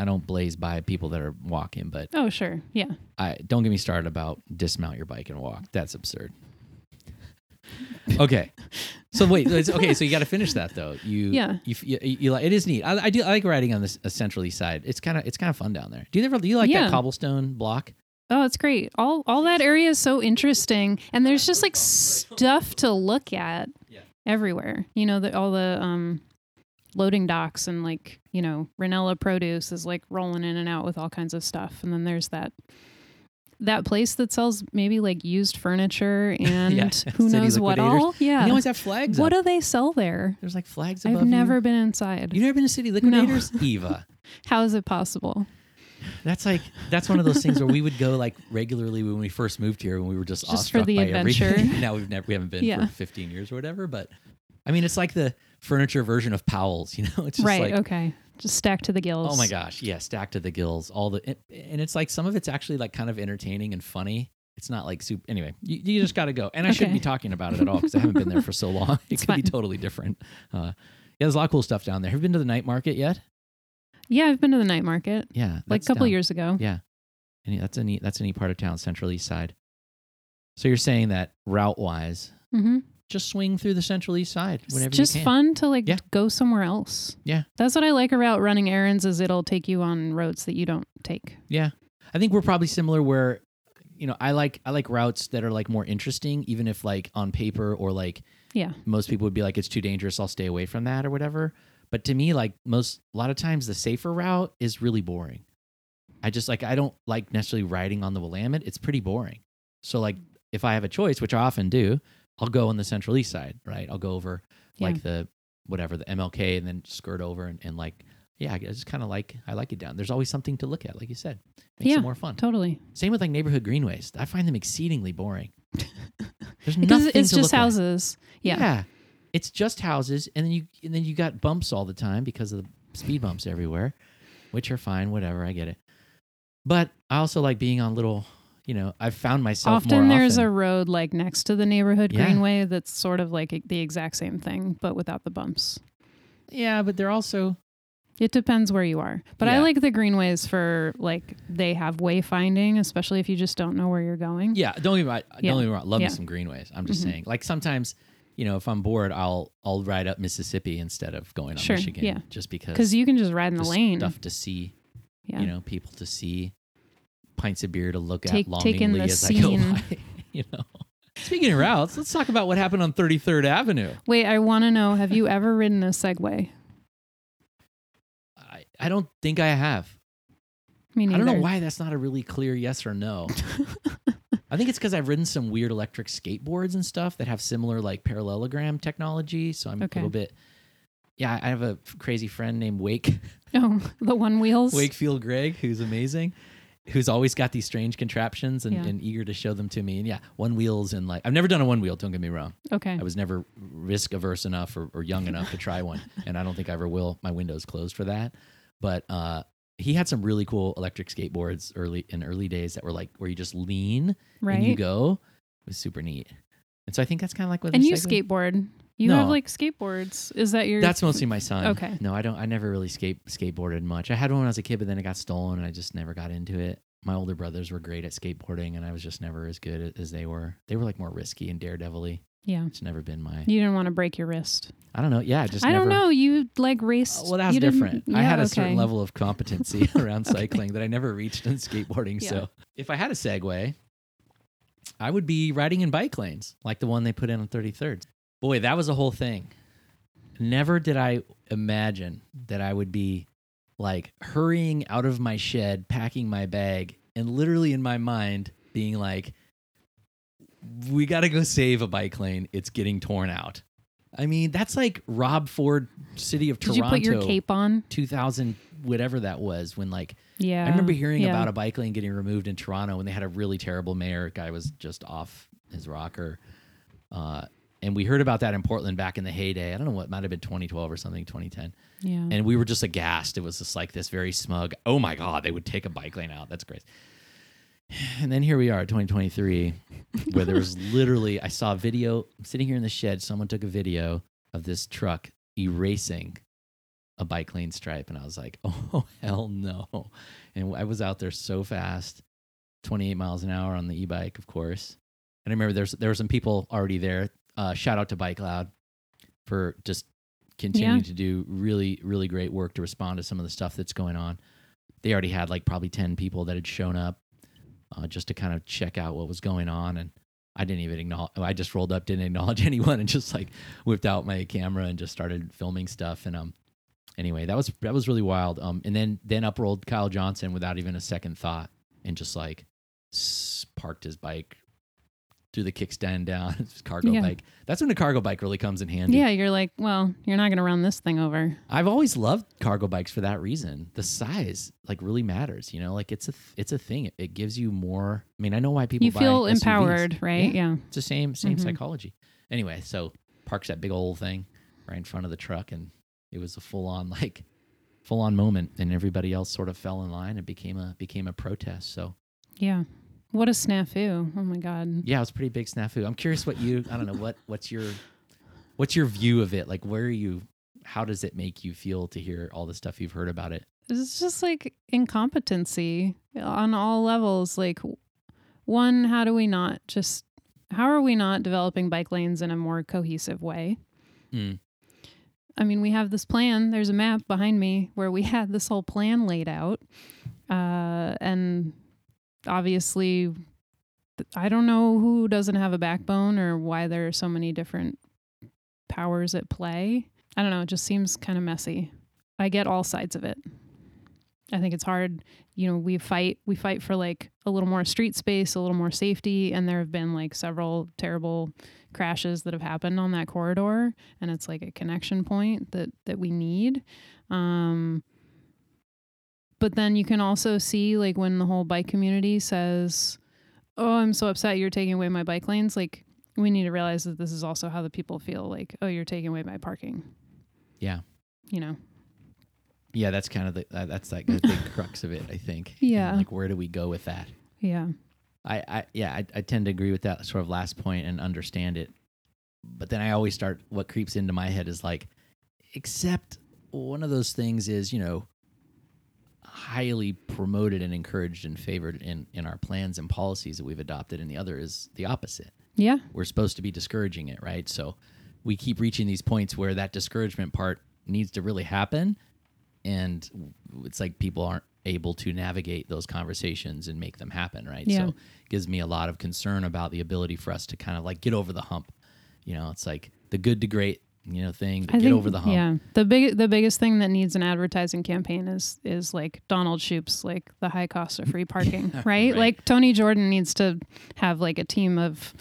A: I don't blaze by people that are walking, but
B: Oh, sure. Yeah.
A: I don't get me started about dismount your bike and walk. That's absurd. okay, so wait. it's- Okay, so you got to finish that though. You
B: Yeah.
A: You, you, you like it is neat. I, I do. I like riding on this uh, central east side. It's kind of it's kind of fun down there. Do you ever do you like
B: Yeah.
A: that cobblestone block?
B: Oh, it's great. All all that area is so interesting, and there's just like stuff to look at
A: Yeah.
B: everywhere. You know, the, all the um, loading docks and like you know, Ranella Produce is like rolling in and out with all kinds of stuff, and then there's that that place that sells maybe like used furniture and who
A: city
B: knows what
A: liquidators.
B: all.
A: And
B: Yeah,
A: they always have flags.
B: what
A: up.
B: do they sell there?
A: There's like flags above
B: I've never
A: You.
B: been inside.
A: You've never been to City Liquidators, Eva.
B: How is it possible?
A: That's like that's one of those things where we would go like regularly when we first moved here when we were just,
B: Just for
A: awestruck
B: the
A: by
B: adventure.
A: everything. now we've never we haven't been
B: Yeah.
A: for 15 years or whatever, but I mean it's like the furniture version of Powell's, you know? It's just
B: Right.
A: like
B: okay. Just stack to the gills.
A: oh my gosh, yeah, stacked to the gills, all the and- and it's like some of it's actually like kind of entertaining and funny. It's not like soup. Anyway, you, you just got to go. And I shouldn't
B: Okay.
A: be talking about it at all because I haven't been there for so long. It
B: It's
A: could be
B: fine.
A: totally different. Uh, yeah, there's a lot of cool stuff down there. Have you been to the night market yet?
B: Yeah, I've been to the night market.
A: Yeah,
B: like a
A: that's
B: couple
A: down-
B: years ago.
A: Yeah. And that's a neat that's a neat part of town, Central East Side. So you're saying that route wise,
B: hmm
A: just swing through the Central East Side
B: It's
A: whenever
B: just
A: you can.
B: fun to like
A: Yeah.
B: go somewhere else.
A: Yeah.
B: that's what I like about running errands is it'll take you on roads that you don't take.
A: Yeah. I think we're probably similar where you know, I like I like routes that are like more interesting, even if like on paper or like
B: Yeah,
A: most people would be like, it's too dangerous, I'll stay away from that or whatever. But to me, like most a lot of times the safer route is really boring. I just like I don't like necessarily riding on the Willamette. It's pretty boring. So like if I have a choice, which I often do, I'll go on the central east side, right? I'll go over like the whatever, the MLK and then skirt over and, and like yeah, I just kind of like I like it down. There's always something to look at, like you said. Makes
B: Yeah,
A: it more fun.
B: totally.
A: Same with like neighborhood greenways. I find them exceedingly boring. There's
B: It
A: nothing
B: does, it's
A: to
B: just
A: look at.
B: houses. Yeah.
A: It's just houses and then you and then you got bumps all the time because of the speed bumps everywhere, which are fine, whatever, I get it. But I also like being on little, you know, I've found myself
B: Often
A: more
B: there's a
A: often.
B: road like next to the neighborhood
A: Yeah.
B: greenway that's sort of like the exact same thing but without the bumps.
A: Yeah, but they're also
B: It depends where you are. But I
A: Yeah.
B: like the greenways for like they have wayfinding, especially if you just don't know where you're going.
A: Yeah, don't get me wrong.
B: Yeah.
A: Don't get me wrong. Love
B: Yeah.
A: me some greenways. I'm just
B: Mhm.
A: saying. Like sometimes, you know, if I'm bored, I'll I'll ride up Mississippi instead of going on
B: Sure,
A: Michigan.
B: yeah.
A: Just because
B: Cuz you can just ride in the
A: there's
B: lane.
A: stuff to see.
B: yeah.
A: You know, people to see, pints of beer to look
B: Take-
A: at
B: take in
A: longingly
B: the
A: as I go
B: scene.
A: by. you know. Speaking of routes, let's talk about what happened on 33rd Avenue.
B: Wait, I want to know have you ever ridden a Segway?
A: I, I don't think I have.
B: Me
A: I
B: neither.
A: don't know why that's not a really clear yes or no. I think it's because I've ridden some weird electric skateboards and stuff that have similar like parallelogram technology. So I'm
B: Okay.
A: a little bit. Yeah, I have a f- crazy friend named Wake
B: Oh, the one wheels.
A: Wakefield Greg, who's amazing, who's always got these strange contraptions and,
B: Yeah.
A: and eager to show them to me. And yeah, one wheels and like I've never done a one wheel. Don't get me wrong.
B: Okay.
A: I was never risk averse enough or, or young enough to try one, and I don't think I ever will. My window's closed for that. But uh, he had some really cool electric skateboards early in early days that were like where you just lean
B: right.
A: and you go. It was super neat. And so I think that's kind of like what.
B: And
A: the
B: you
A: Segway-
B: skateboard. You have
A: No.
B: like skateboards. Is that your
A: That's mostly my son.
B: Okay.
A: No, I don't. I never really skate skateboarded much. I had one when I was a kid, but then it got stolen, and I just never got into it. My older brothers were great at skateboarding, and I was just never as good as they were. They were like more risky and daredevilly.
B: Yeah.
A: It's never been my.
B: You didn't want to break your wrist.
A: I don't know. Yeah, I just.
B: I
A: never,
B: don't know. You like raced.
A: Well, that's
B: you didn't-
A: different. I had
B: yeah,
A: a certain
B: okay.
A: level of competency around
B: Okay.
A: cycling that I never reached in skateboarding.
B: Yeah.
A: So if I had a Segway, I would be riding in bike lanes like the one they put in on 33rd. Boy, that was a whole thing. Never did I imagine that I would be like hurrying out of my shed, packing my bag, and literally in my mind being like, we got to go save a bike lane. It's getting torn out. I mean, that's like Rob Ford, City of
B: Did you
A: Toronto.
B: put your cape on?
A: 2000 whatever that was when like
B: Yeah.
A: i remember hearing
B: yeah.
A: about a bike lane getting removed in toronto when they had a really terrible mayor guy was just off his rocker uh, and we heard about that in portland back in the heyday i don't know what might have been 2012 or something 2010
B: Yeah.
A: and we were just aghast it was just like this very smug oh my god they would take a bike lane out that's crazy and then here we are 2023 where there was literally i saw a video I'm sitting here in the shed someone took a video of this truck erasing a bike lane stripe and i was like oh hell no and i was out there so fast 28 miles an hour on the e-bike of course and i remember there's there were some people already there uh, shout out to bike loud for just continuing
B: Yeah.
A: to do really really great work to respond to some of the stuff that's going on they already had like probably 10 people that had shown up uh, just to kind of check out what was going on. And I didn't even acknowledge. I just rolled up, didn't acknowledge anyone, and just like whipped out my camera and just started filming stuff. And um, anyway, that was that was really wild. Um, and then then up rolled Kyle Johnson without even a second thought, and just like s- parked his bike. Threw the kickstand down, his cargo
B: Yeah.
A: bike. That's when a cargo bike really comes in handy.
B: Yeah, you're like, well, you're not gonna run this thing over.
A: I've always loved cargo bikes for that reason. The size like really matters, you know. Like it's a th- it's a thing. It, it gives you more. I mean, I know why people
B: you
A: buy
B: feel
A: SUVs.
B: empowered, right? Yeah.
A: It's the same same
B: Mhm.
A: psychology. Anyway, so parks that big old thing right in front of the truck, and it was a full on like full on moment, and everybody else sort of fell in line and became a became a protest. So
B: yeah. What a snafu. Oh my god.
A: yeah, it was a pretty big snafu. I'm curious what you I don't know what what's your what's your view of it? Like where are you? How does it make you feel to hear all the stuff you've heard about it?
B: it's just like incompetency on all levels like one how do we not just how are we not developing bike lanes in a more cohesive way
A: Mm.
B: i mean we have this plan there's a map behind me where we had this whole plan laid out uh, and obviously th- i don't know who doesn't have a backbone or why there are so many different powers at play i don't know it just seems kind of messy i get all sides of it I think it's hard. You know, we fight we fight for like a little more street space, a little more safety, and there have been like several terrible crashes that have happened on that corridor, and it's like a connection point that that we need. Um, but then you can also see like when the whole bike community says, "Oh, I'm so upset you're taking away my bike lanes," like we need to realize that this is also how the people feel like, "Oh, you're taking away my parking."
A: Yeah.
B: You know.
A: Yeah, that's kind of the uh, that's like the big crux of it, I think. And,
B: Yeah.
A: like, where do we go with that?
B: Yeah.
A: I, I yeah, I, I tend to agree with that sort of last point and understand it, but then I always start. What creeps into my head is like, except one of those things is you know, highly promoted and encouraged and favored in in our plans and policies that we've adopted, and the other is the opposite
B: Yeah.
A: we're supposed to be discouraging it, right? So we keep reaching these points where that discouragement part needs to really happen. And w- it's like people aren't able to navigate those conversations and make them happen, right?
B: Yeah.
A: So it gives me a lot of concern about the ability for us to kind of like get over the hump. You know, it's like the good to great, you know, thing, but
B: I
A: get
B: think-
A: over the hump.
B: Yeah, the big the biggest thing that needs an advertising campaign is is like Donald Shoup's like the high cost of free parking, right?
A: Right.
B: Like Tony Jordan needs to have like a team of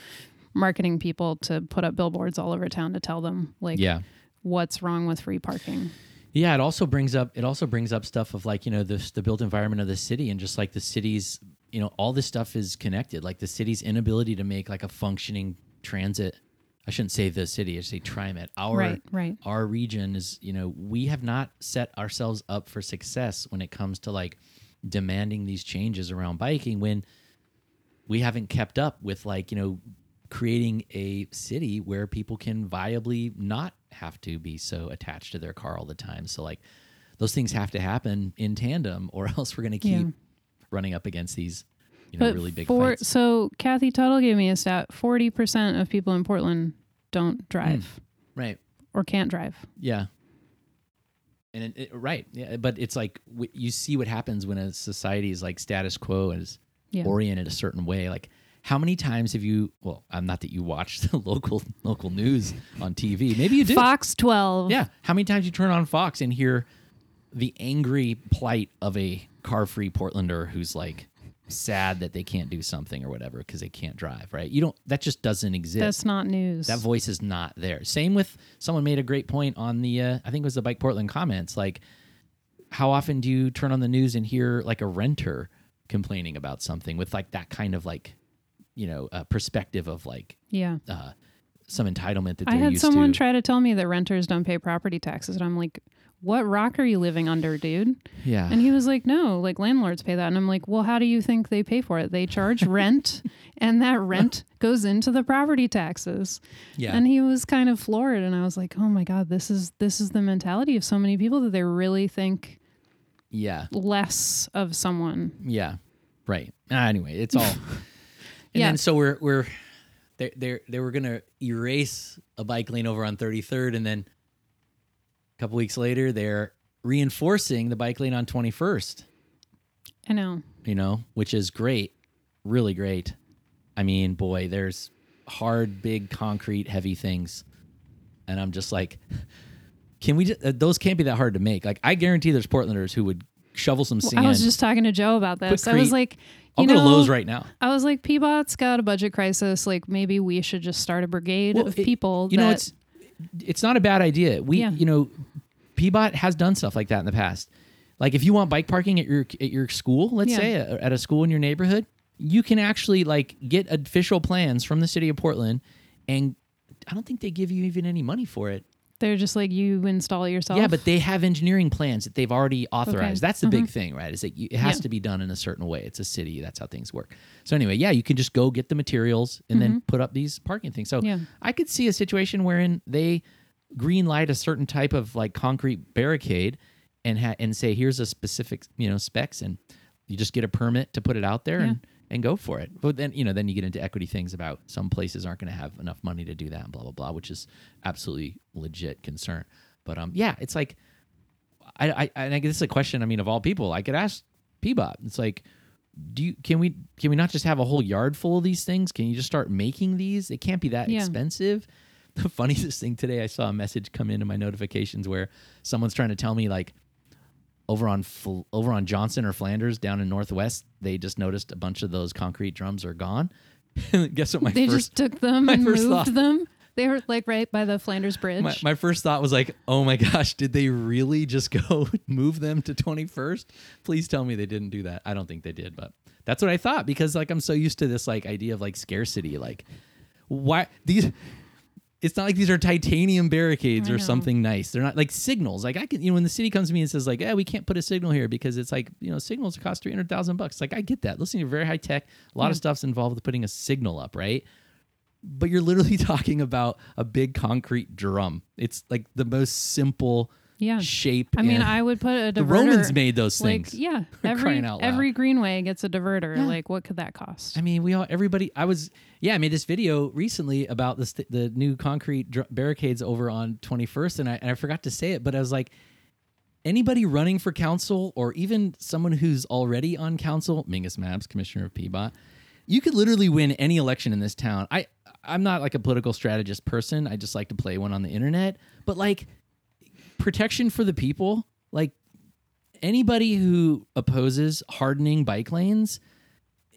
B: marketing people to put up billboards all over town to tell them like
A: Yeah.
B: what's wrong with free parking.
A: Yeah, it also brings up it also brings up stuff of like you know this the built environment of the city and just like the city's you know all this stuff is connected like the city's inability to make like a functioning transit. I shouldn't say the city. I should say TriMet. Our
B: Right, right.
A: our region is you know we have not set ourselves up for success when it comes to like demanding these changes around biking when we haven't kept up with like you know creating a city where people can viably not have to be so attached to their car all the time so like those things have to happen in tandem or else we're going to keep
B: Yeah.
A: running up against these you know really big
B: for-
A: fights
B: so Kathy Tuttle gave me a stat: forty percent of people in Portland don't drive
A: right
B: or can't drive.
A: Yeah. And it, it- right, yeah, but it's like w- you see what happens when a society is like status quo and is
B: Yeah.
A: oriented a certain way. Like, how many times have you? Well, I'm not that you watch the local local news on TV. Maybe you do.
B: Fox twelve.
A: Yeah. How many times you turn on Fox and hear the angry plight of a car-free Portlander who's like sad that they can't do something or whatever because they can't drive. Right? You don't. That just doesn't exist
B: that's not news.
A: that voice is not there. Same with someone made a great point on the uh, I think it was the Bike Portland comments. Like, how often do you turn on the news and hear like a renter complaining about something with like that kind of like you know uh, perspective of like
B: yeah.
A: uh, some entitlement that they're
B: I had
A: used
B: someone
A: to.
B: try to tell me that renters don't pay property taxes, and I'm like, "What rock are you living under, dude?"
A: yeah,
B: And he was like, "No, like landlords pay that." And I'm like, "Well, how do you think they pay for it? They charge rent, and that rent goes into the property taxes."
A: yeah,
B: And he was kind of floored, and I was like, "Oh my god, this is this is the mentality of so many people that they really think
A: yeah,
B: less of someone."
A: yeah, right. Ah, anyway, it's all. and
B: Yeah.
A: then so we're we're they they they were gonna erase a bike lane over on 33rd, and then a couple weeks later they're reinforcing the bike lane on 21st.
B: I know.
A: You know, which is great. really great. I mean, boy, there's hard, big, concrete, heavy things, and I'm just like, can we? Just, uh, those can't be that hard to make. Like, I guarantee there's Portlanders who would shovel some
B: Well,
A: sand.
B: I was just talking to Joe about this. I
A: Crete-
B: was like,
A: I'll
B: you
A: go
B: know,
A: to Lowe's right now.
B: I was like, Peabot's got a budget crisis. Like, maybe we should just start a brigade
A: Well,
B: of
A: it-
B: people.
A: You know,
B: that-
A: it's it's not a bad idea. We,
B: Yeah.
A: you know, Peabot has done stuff like that in the past. Like if you want bike parking at your at your school, let's
B: Yeah.
A: say uh, at a school in your neighborhood, you can actually like get official plans from the city of Portland, and I don't think they give you even any money for it.
B: they're just like you install it yourself.
A: Yeah, but they have engineering plans that they've already authorized. That's the big thing, right? Is that you, it has
B: Mm-hmm. Yeah.
A: to be done in a certain way. It's a city. That's how things work. So anyway, yeah, you can just go get the materials and then put up these parking things. So
B: Mm-hmm. Yeah.
A: I could see a situation wherein they green light a certain type of like concrete barricade and ha- and say here's a specific you know specs and you just get a permit to put it out there and and go for it. But then you know then you get into equity things about some places aren't going to have enough money to do that and blah blah blah, which is absolutely legit concern. But um yeah, it's like I I and I guess this is a question. I mean of all people, I could ask Peabot. It's like do you can we can we not just have a whole yard full of these things? Can you just start making these? It can't be that
B: Yeah.
A: expensive. The funniest thing today, I saw a message come into my notifications where someone's trying to tell me like over on Fl- over on Johnson or Flanders down in Northwest, they just noticed a bunch of those concrete drums are gone. Guess what my
B: they
A: first
B: just took them
A: my
B: and
A: first
B: moved
A: thought-
B: them. They were like right by the Flanders Bridge.
A: my, my first thought was like, oh my gosh, did they really just go move them to 21st? Please tell me they didn't do that. I don't think they did, but that's what I thought because like I'm so used to this like idea of like scarcity. Like, why these? It's not like these are titanium barricades
B: I
A: or
B: know.
A: something nice. They're not like signals. Like I can, you know, when the city comes to me and says like, "Yeah, we can't put a signal here because it's like, you know, signals cost three hundred thousand bucks." Like I get that. Listening to very high tech, a lot of stuff's involved with putting a signal up, right? but you're literally talking about a big concrete drum. It's like the most simple
B: yeah.
A: shape.
B: I mean,
A: and-
B: I would put a diverter.
A: the Romans made those
B: like,
A: things.
B: yeah, every
A: crying out loud.
B: every greenway gets a diverter.
A: Yeah.
B: Like, what could that cost?
A: I mean, we all everybody. I was yeah. I made this video recently about this the new concrete dr- barricades over on 21st, and I and I forgot to say it, but I was like, anybody running for council or even someone who's already on council, Mingus Mabs, commissioner of Peabot, you could literally win any election in this town. I I'm not like a political strategist person. I just like to play one on the internet, but like protection for the people, like anybody who opposes hardening bike lanes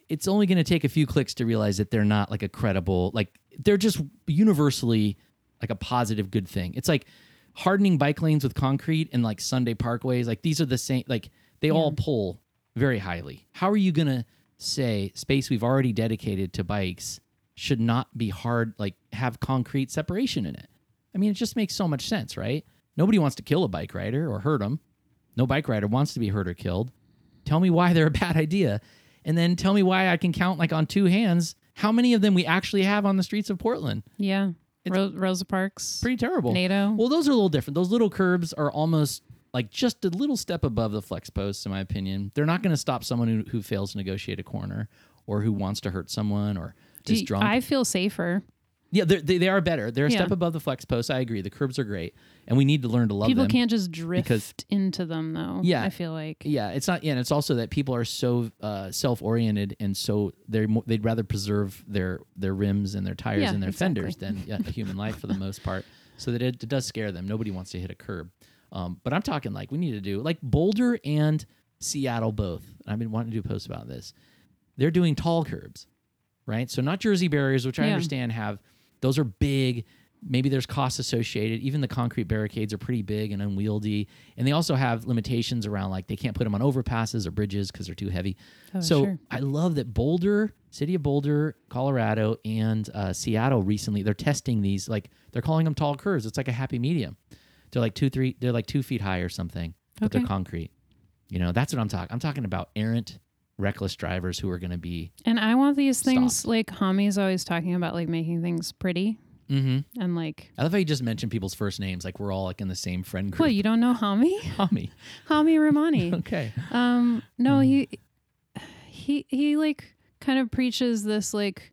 A: it's only going to take a few clicks to realize that they're not like a credible like they're just universally like a positive good thing it's like hardening bike lanes with concrete and like sunday parkways like these are the same like they all pull very highly how are you going to say space we've already dedicated to bikes should not be hard like have concrete separation in it i mean it just makes so much sense right nobody wants to kill a bike rider or hurt them no bike rider wants to be hurt or killed tell me why they're a bad idea and then tell me why i can count like on two hands how many of them we actually have on the streets of portland
B: yeah, Ro- Rosa Parks,
A: pretty terrible
B: NATO.
A: well those are a little different those little curbs are almost like just a little step above the flex posts in my opinion they're not going to stop someone who, who fails to negotiate a corner or who wants to hurt someone or
B: Do
A: is
B: you-
A: drunk
B: I feel safer.
A: yeah they're- they, they are better they're a step
B: Yeah.
A: above the flex posts i agree the curbs are great and we need to learn to love
B: People
A: them
B: can't just drift into them though.
A: Yeah.
B: I feel like.
A: yeah it's not yeah and it's also that people are so uh, self-oriented and so they're mo- they'd rather preserve their their rims and their tires
B: Yeah,
A: and their
B: exactly.
A: fenders than yeah, a human life for the most part so that it, it does scare them nobody wants to hit a curb um, but i'm talking like we need to do like boulder and seattle both i've been wanting to do a post about this they're doing tall curbs right? So not jersey barriers, which I
B: Yeah.
A: understand have those are big. Maybe there's costs associated. Even the concrete barricades are pretty big and unwieldy, and they also have limitations around like they can't put them on overpasses or bridges because they're too heavy.
B: Oh,
A: so
B: sure.
A: I love that Boulder, City of Boulder, Colorado, and uh, Seattle recently they're testing these. Like they're calling them tall curves. It's like a happy medium. They're like two three. They're like two feet high or something, but they're
B: Okay.
A: concrete. You know, that's what I'm talking. I'm talking about errant, reckless drivers who are going to be.
B: And I want these things
A: Stopped.
B: like Hami's always talking about like making things pretty
A: Mm-hmm.
B: and like
A: I love how you just mentioned people's first names, like we're all like in the same friend group.
B: what you don't know Hami?
A: Tommy.
B: Hami Ramani.
A: Okay.
B: um
A: Hmm.
B: no, he he he like kind of preaches this like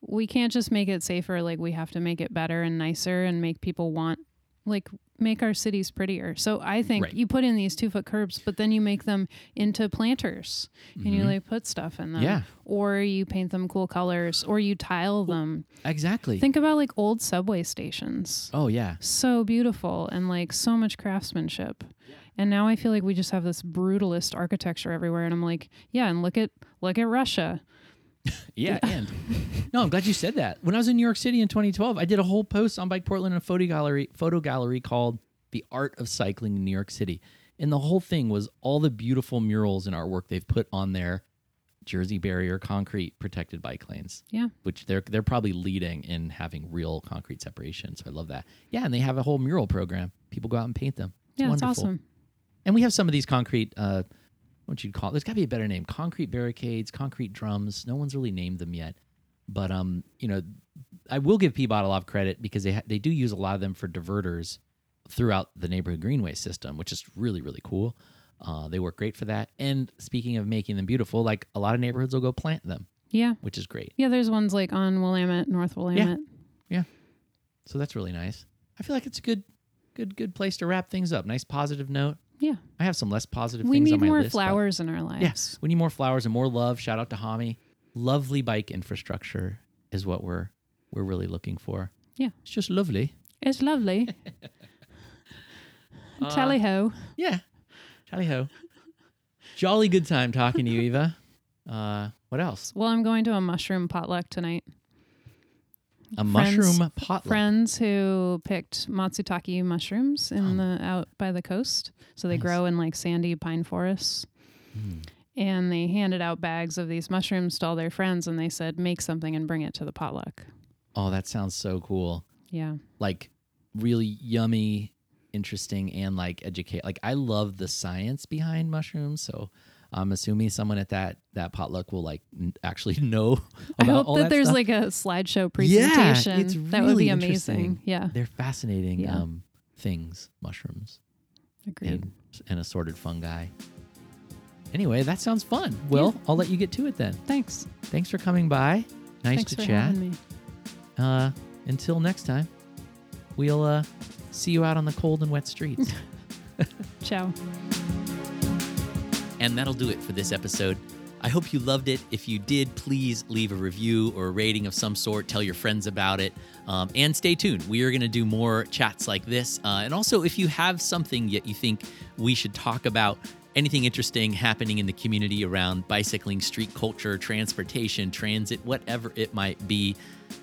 B: we can't just make it safer, like we have to make it better and nicer and make people want like make our cities prettier. So I think
A: Right.
B: you put in these two foot curbs, but then you make them into planters and you
A: Mhm.
B: like put stuff in them.
A: Yeah.
B: Or you paint them cool colors or you tile them.
A: exactly.
B: Think about like old subway stations.
A: oh yeah.
B: So beautiful and like so much craftsmanship. And now I feel like we just have this brutalist architecture everywhere. And I'm like, yeah, and look at look at Russia.
A: Yeah, and no, I'm glad you said that. When I was in New York City in 2012, I did a whole post on Bike Portland and a photo gallery, photo gallery called "The Art of Cycling in New York City," and the whole thing was all the beautiful murals and artwork they've put on their Jersey barrier concrete protected bike lanes.
B: Yeah.
A: which they're they're probably leading in having real concrete separation. So I love that. Yeah, and they have a whole mural program. People go out and paint them. It's
B: Yeah,
A: wonderful.
B: it's awesome.
A: And we have some of these concrete. Uh, what you'd call? There's got to be a better name. Concrete barricades, concrete drums. No one's really named them yet. But um, you know, I will give Peabot a lot of credit because they ha- they do use a lot of them for diverters throughout the neighborhood greenway system, which is really really cool. Uh, they work great for that. And speaking of making them beautiful, like a lot of neighborhoods will go plant them,
B: Yeah.
A: which is great.
B: Yeah, there's ones like on Willamette, North Willamette.
A: So that's really nice. I feel like it's a good, good, good place to wrap things up. Nice positive note.
B: Yeah.
A: I have some less positive
B: We
A: things
B: need
A: on my
B: more
A: list, but-
B: flowers in our lives.
A: Yes. We need more flowers and more love. Shout out to Hami. Lovely bike infrastructure is what we're we're really looking for.
B: Yeah.
A: It's just lovely.
B: It's lovely.
A: Uh,
B: Tally ho.
A: Yeah. Tally ho. Jolly good time talking to you, Eva. Uh, what else?
B: Well, I'm going to a mushroom potluck tonight.
A: A
B: Friends-
A: mushroom potluck.
B: Friends who picked matsutake mushrooms in the out by the coast. So they
A: Oh. Nice.
B: grow in like sandy pine forests.
A: Mm.
B: And they handed out bags of these mushrooms to all their friends and they said, make something and bring it to the potluck.
A: Oh, that sounds so cool.
B: Yeah.
A: Like really yummy, interesting, and like educate. Like I love the science behind mushrooms, so. I'm assuming someone at that that potluck will like n- actually know
B: I
A: about
B: hope
A: all
B: that, there's
A: stuff.
B: like a slideshow
A: Yeah, it's
B: presentation. that would
A: really
B: be
A: interesting.
B: amazing. Yeah.
A: They're fascinating
B: Yeah.
A: um, things, mushrooms
B: Agreed.
A: and and assorted fungi. Anyway, that sounds fun. Will, I'll let you get to it then.
B: Thanks.
A: Thanks for coming by. Nice
B: Thanks
A: to
B: for
A: chat.
B: having me.
A: Uh, until next time, we'll uh, see you out on the cold and wet streets.
B: Ciao.
A: And that'll do it for this episode. I hope you loved it. If you did, please leave a review or a rating of some sort. Tell your friends about it. Um, and stay tuned. We are going to do more chats like this. Uh, and also, if you have something that you think we should talk about, anything interesting happening in the community around bicycling, street culture, transportation, transit, whatever it might be,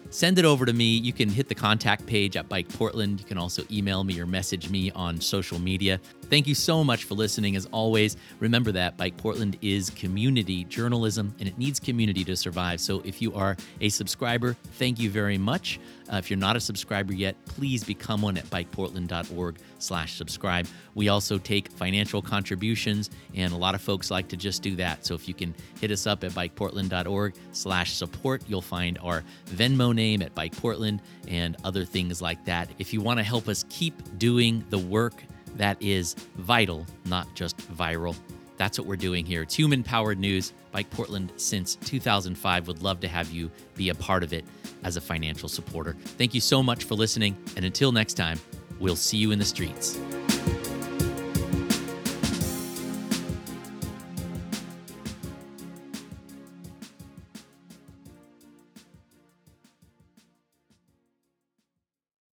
A: send it over to me. You can hit the contact page at Bike Portland. You can also email me or message me on social media. Thank you so much for listening. As always, remember that Bike Portland is community journalism and it needs community to survive. So if you are a subscriber, thank you very much. Uh, if you're not a subscriber yet, please become one at bikeportland.org slash subscribe. We also take financial contributions and a lot of folks like to just do that. So if you can hit us up at bikeportland.org slash support, you'll find our Venmo name at bikeportland and other things like that. If you want to help us keep doing the work that is vital, not just viral. That's what we're doing here. It's human powered news. Bike Portland since 2005 would love to have you be a part of it as a financial supporter. Thank you so much for listening. And until next time, we'll see you in the streets.